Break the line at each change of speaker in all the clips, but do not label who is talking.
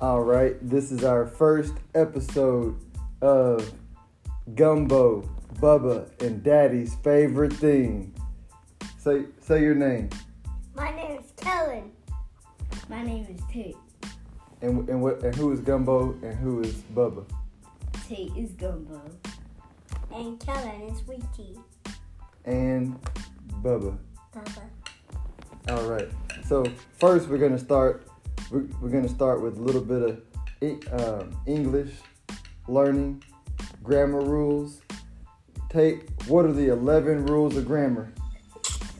All right, this is our first episode of Gumbo, Bubba, and Daddy's favorite thing. Say say your name
My name is Kellen.
My name is Tate.
and and what and who is Gumbo and who is Bubba.
Tate is gumbo.
And Kellen is Weeky.
and Bubba.
Bubba.
Uh-huh.
All right. So first, we're gonna start. We're, we're gonna start with a little bit of E- um, English learning, grammar rules. Tate, what are the eleven rules of grammar?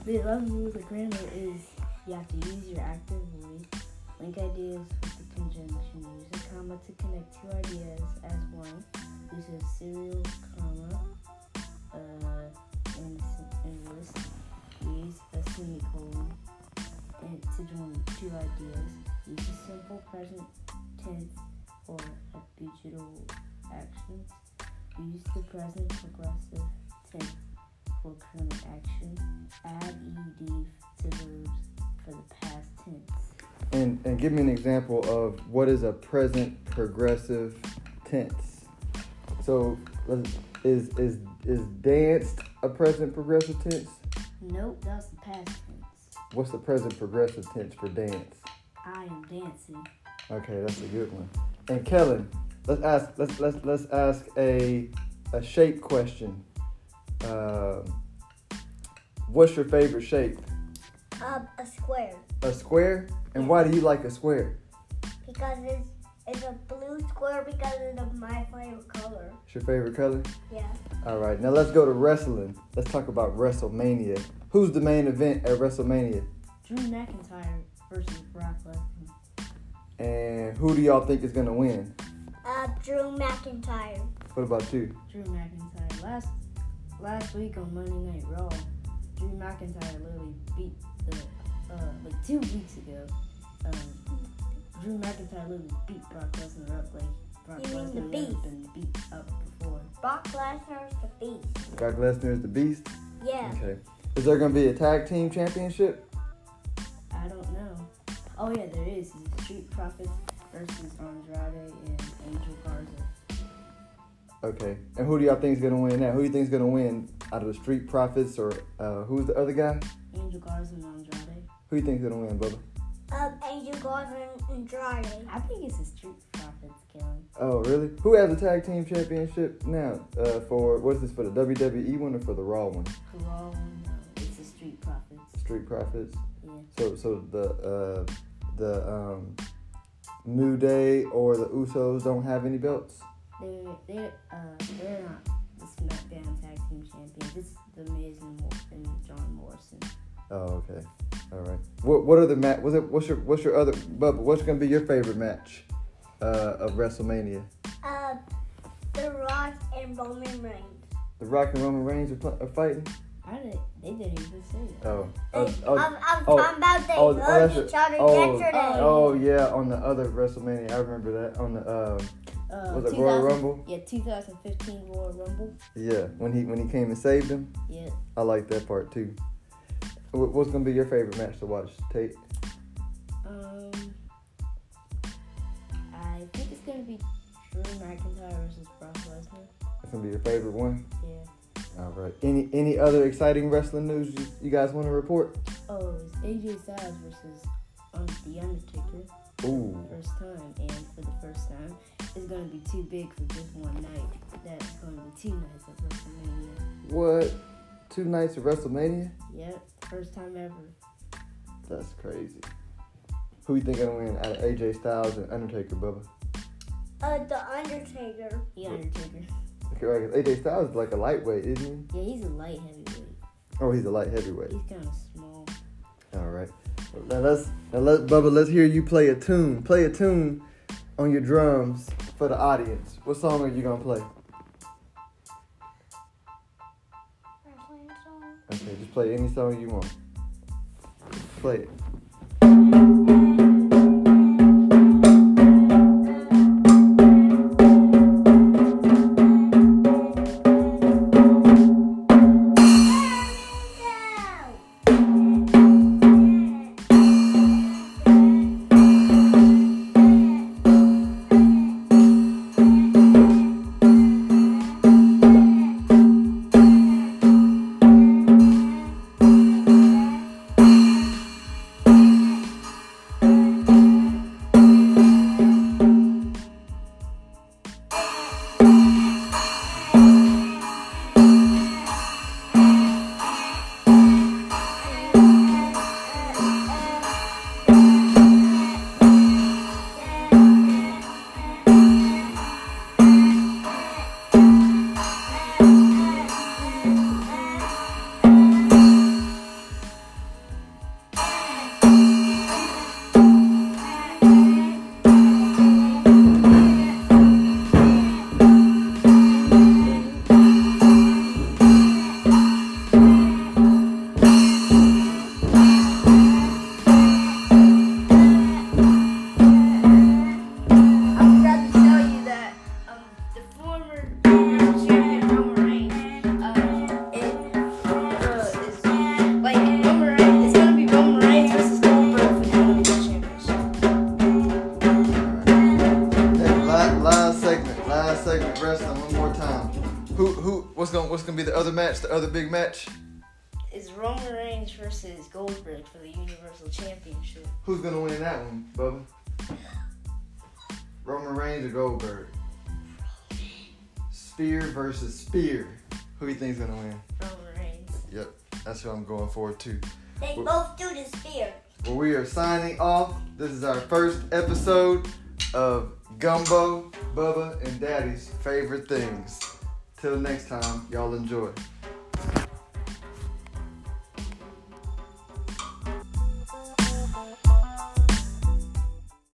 The 11 rules of grammar is you have to use your active voice, link ideas with the conjunction, use a comma to connect two ideas as one, use a serial comma uh, in a sen- in a list, use a semicolon and to join two ideas, use a simple present tense or habitual actions, use the present progressive tense for current action add ed to verbs for the past tense.
And and give me an example of what is a present progressive tense. So let's- is is is danced a present progressive tense?
Nope, that's the past tense.
What's the present progressive tense for dance?
I am dancing.
Okay, that's a good one. And Kellen, let's ask let's let's let's ask a a shape question. Um, what's your favorite shape?
Um, a square.
A square? And why do you like a square?
Because it's, it's a blue square because it's of my favorite color.
It's your favorite color?
Yeah.
All right, now let's go to wrestling. Let's talk about WrestleMania. Who's the main event at WrestleMania?
Drew McIntyre versus Brock Lesnar.
And who do y'all think is gonna win?
Uh, Drew McIntyre.
What about you?
Drew McIntyre. Last last week on Monday Night Raw, Drew McIntyre literally beat the uh, like two weeks ago. Um, Drew McIntyre literally beat Brock Lesnar up like Brock
You mean the
Lesnar never
beast.
been beat up before.
Brock Lesnar's the beast.
Brock Lesnar is the beast.
Yeah.
Okay. Is there gonna be a tag team championship?
I don't know. Oh yeah, there is. It's Street Profits versus Andrade and Angel Garza.
Okay. And who do y'all think is gonna win that? Who do you think is gonna win out of the Street Profits or uh, who's the other guy?
Angel Garza and Andrade.
Who you think's gonna win, Bubba?
Um, Angel Garza and Andrade.
I think it's the Street Profits killing.
Oh, really? Who has the tag team championship now? Uh, for what is this for the WWE one or for the Raw one?
Raw, no, it's the Street Profits.
Street Profits.
Yeah.
So, so the uh, the um, New Day or the Usos don't have any belts.
They're they're uh they're not the SmackDown Tag Team Champions. It's the Miz and, Mor- and John Morrison.
Oh, okay. All right. What what are the match? What's, it- what's your what's your other Bubba? What's gonna be your favorite match uh, of WrestleMania?
Uh, The Rock and Roman Reigns.
The Rock and Roman Reigns are, pl- are fighting.
I did they didn't even say that.
Oh,
They,
oh, oh,
I'm, I'm
oh,
talking about they
oh, oh,
hugged
that's a-
each other
oh,
yesterday.
oh, yeah, on the other WrestleMania, I remember that. On the um,
Uh,
was it Royal
2000
Rumble?
Yeah, 2015 Royal Rumble.
Yeah, when he when he came and saved him,
Yeah,
I like that part too. Wh- What's gonna be your favorite match to watch, Tate?
Um, I think it's gonna be Drew McIntyre versus Brock Lesnar.
It's gonna be your favorite one.
Yeah.
All right. Any any other exciting wrestling news you, you guys want to report?
Oh, it's AJ Styles versus um, The Undertaker
Ooh,
first time, and for the first time, it's gonna be too big for just one night. That's gonna be two nights at WrestleMania.
what? Two nights of WrestleMania?
Yep, first time ever.
That's crazy. Who you think gonna win out of AJ Styles and Undertaker, Bubba?
Uh, The Undertaker.
The Undertaker.
Okay, right, 'cause AJ Styles is like a lightweight, isn't he?
Yeah, he's a light heavyweight.
Oh, he's a light heavyweight.
He's kind of small.
All right. Now let's now let Bubba. Let's hear you play a tune. Play a tune on your drums for the audience. What song are you gonna play? Okay, just play any song you want. Play it.
Yeah.
um, uh,
the other match, the other big match?
It's Roman Reigns versus Goldberg for the Universal Championship.
Who's gonna win that one, Bubba? Roman Reigns or Goldberg? Spear versus Spear. Who you think's gonna win?
Roman Reigns.
Yep, that's who I'm going for too.
They
Wh-
both do the spear.
Well, we are signing off. This is our first episode of Gumbo, Bubba, and Daddy's favorite things. Till next time, y'all enjoy.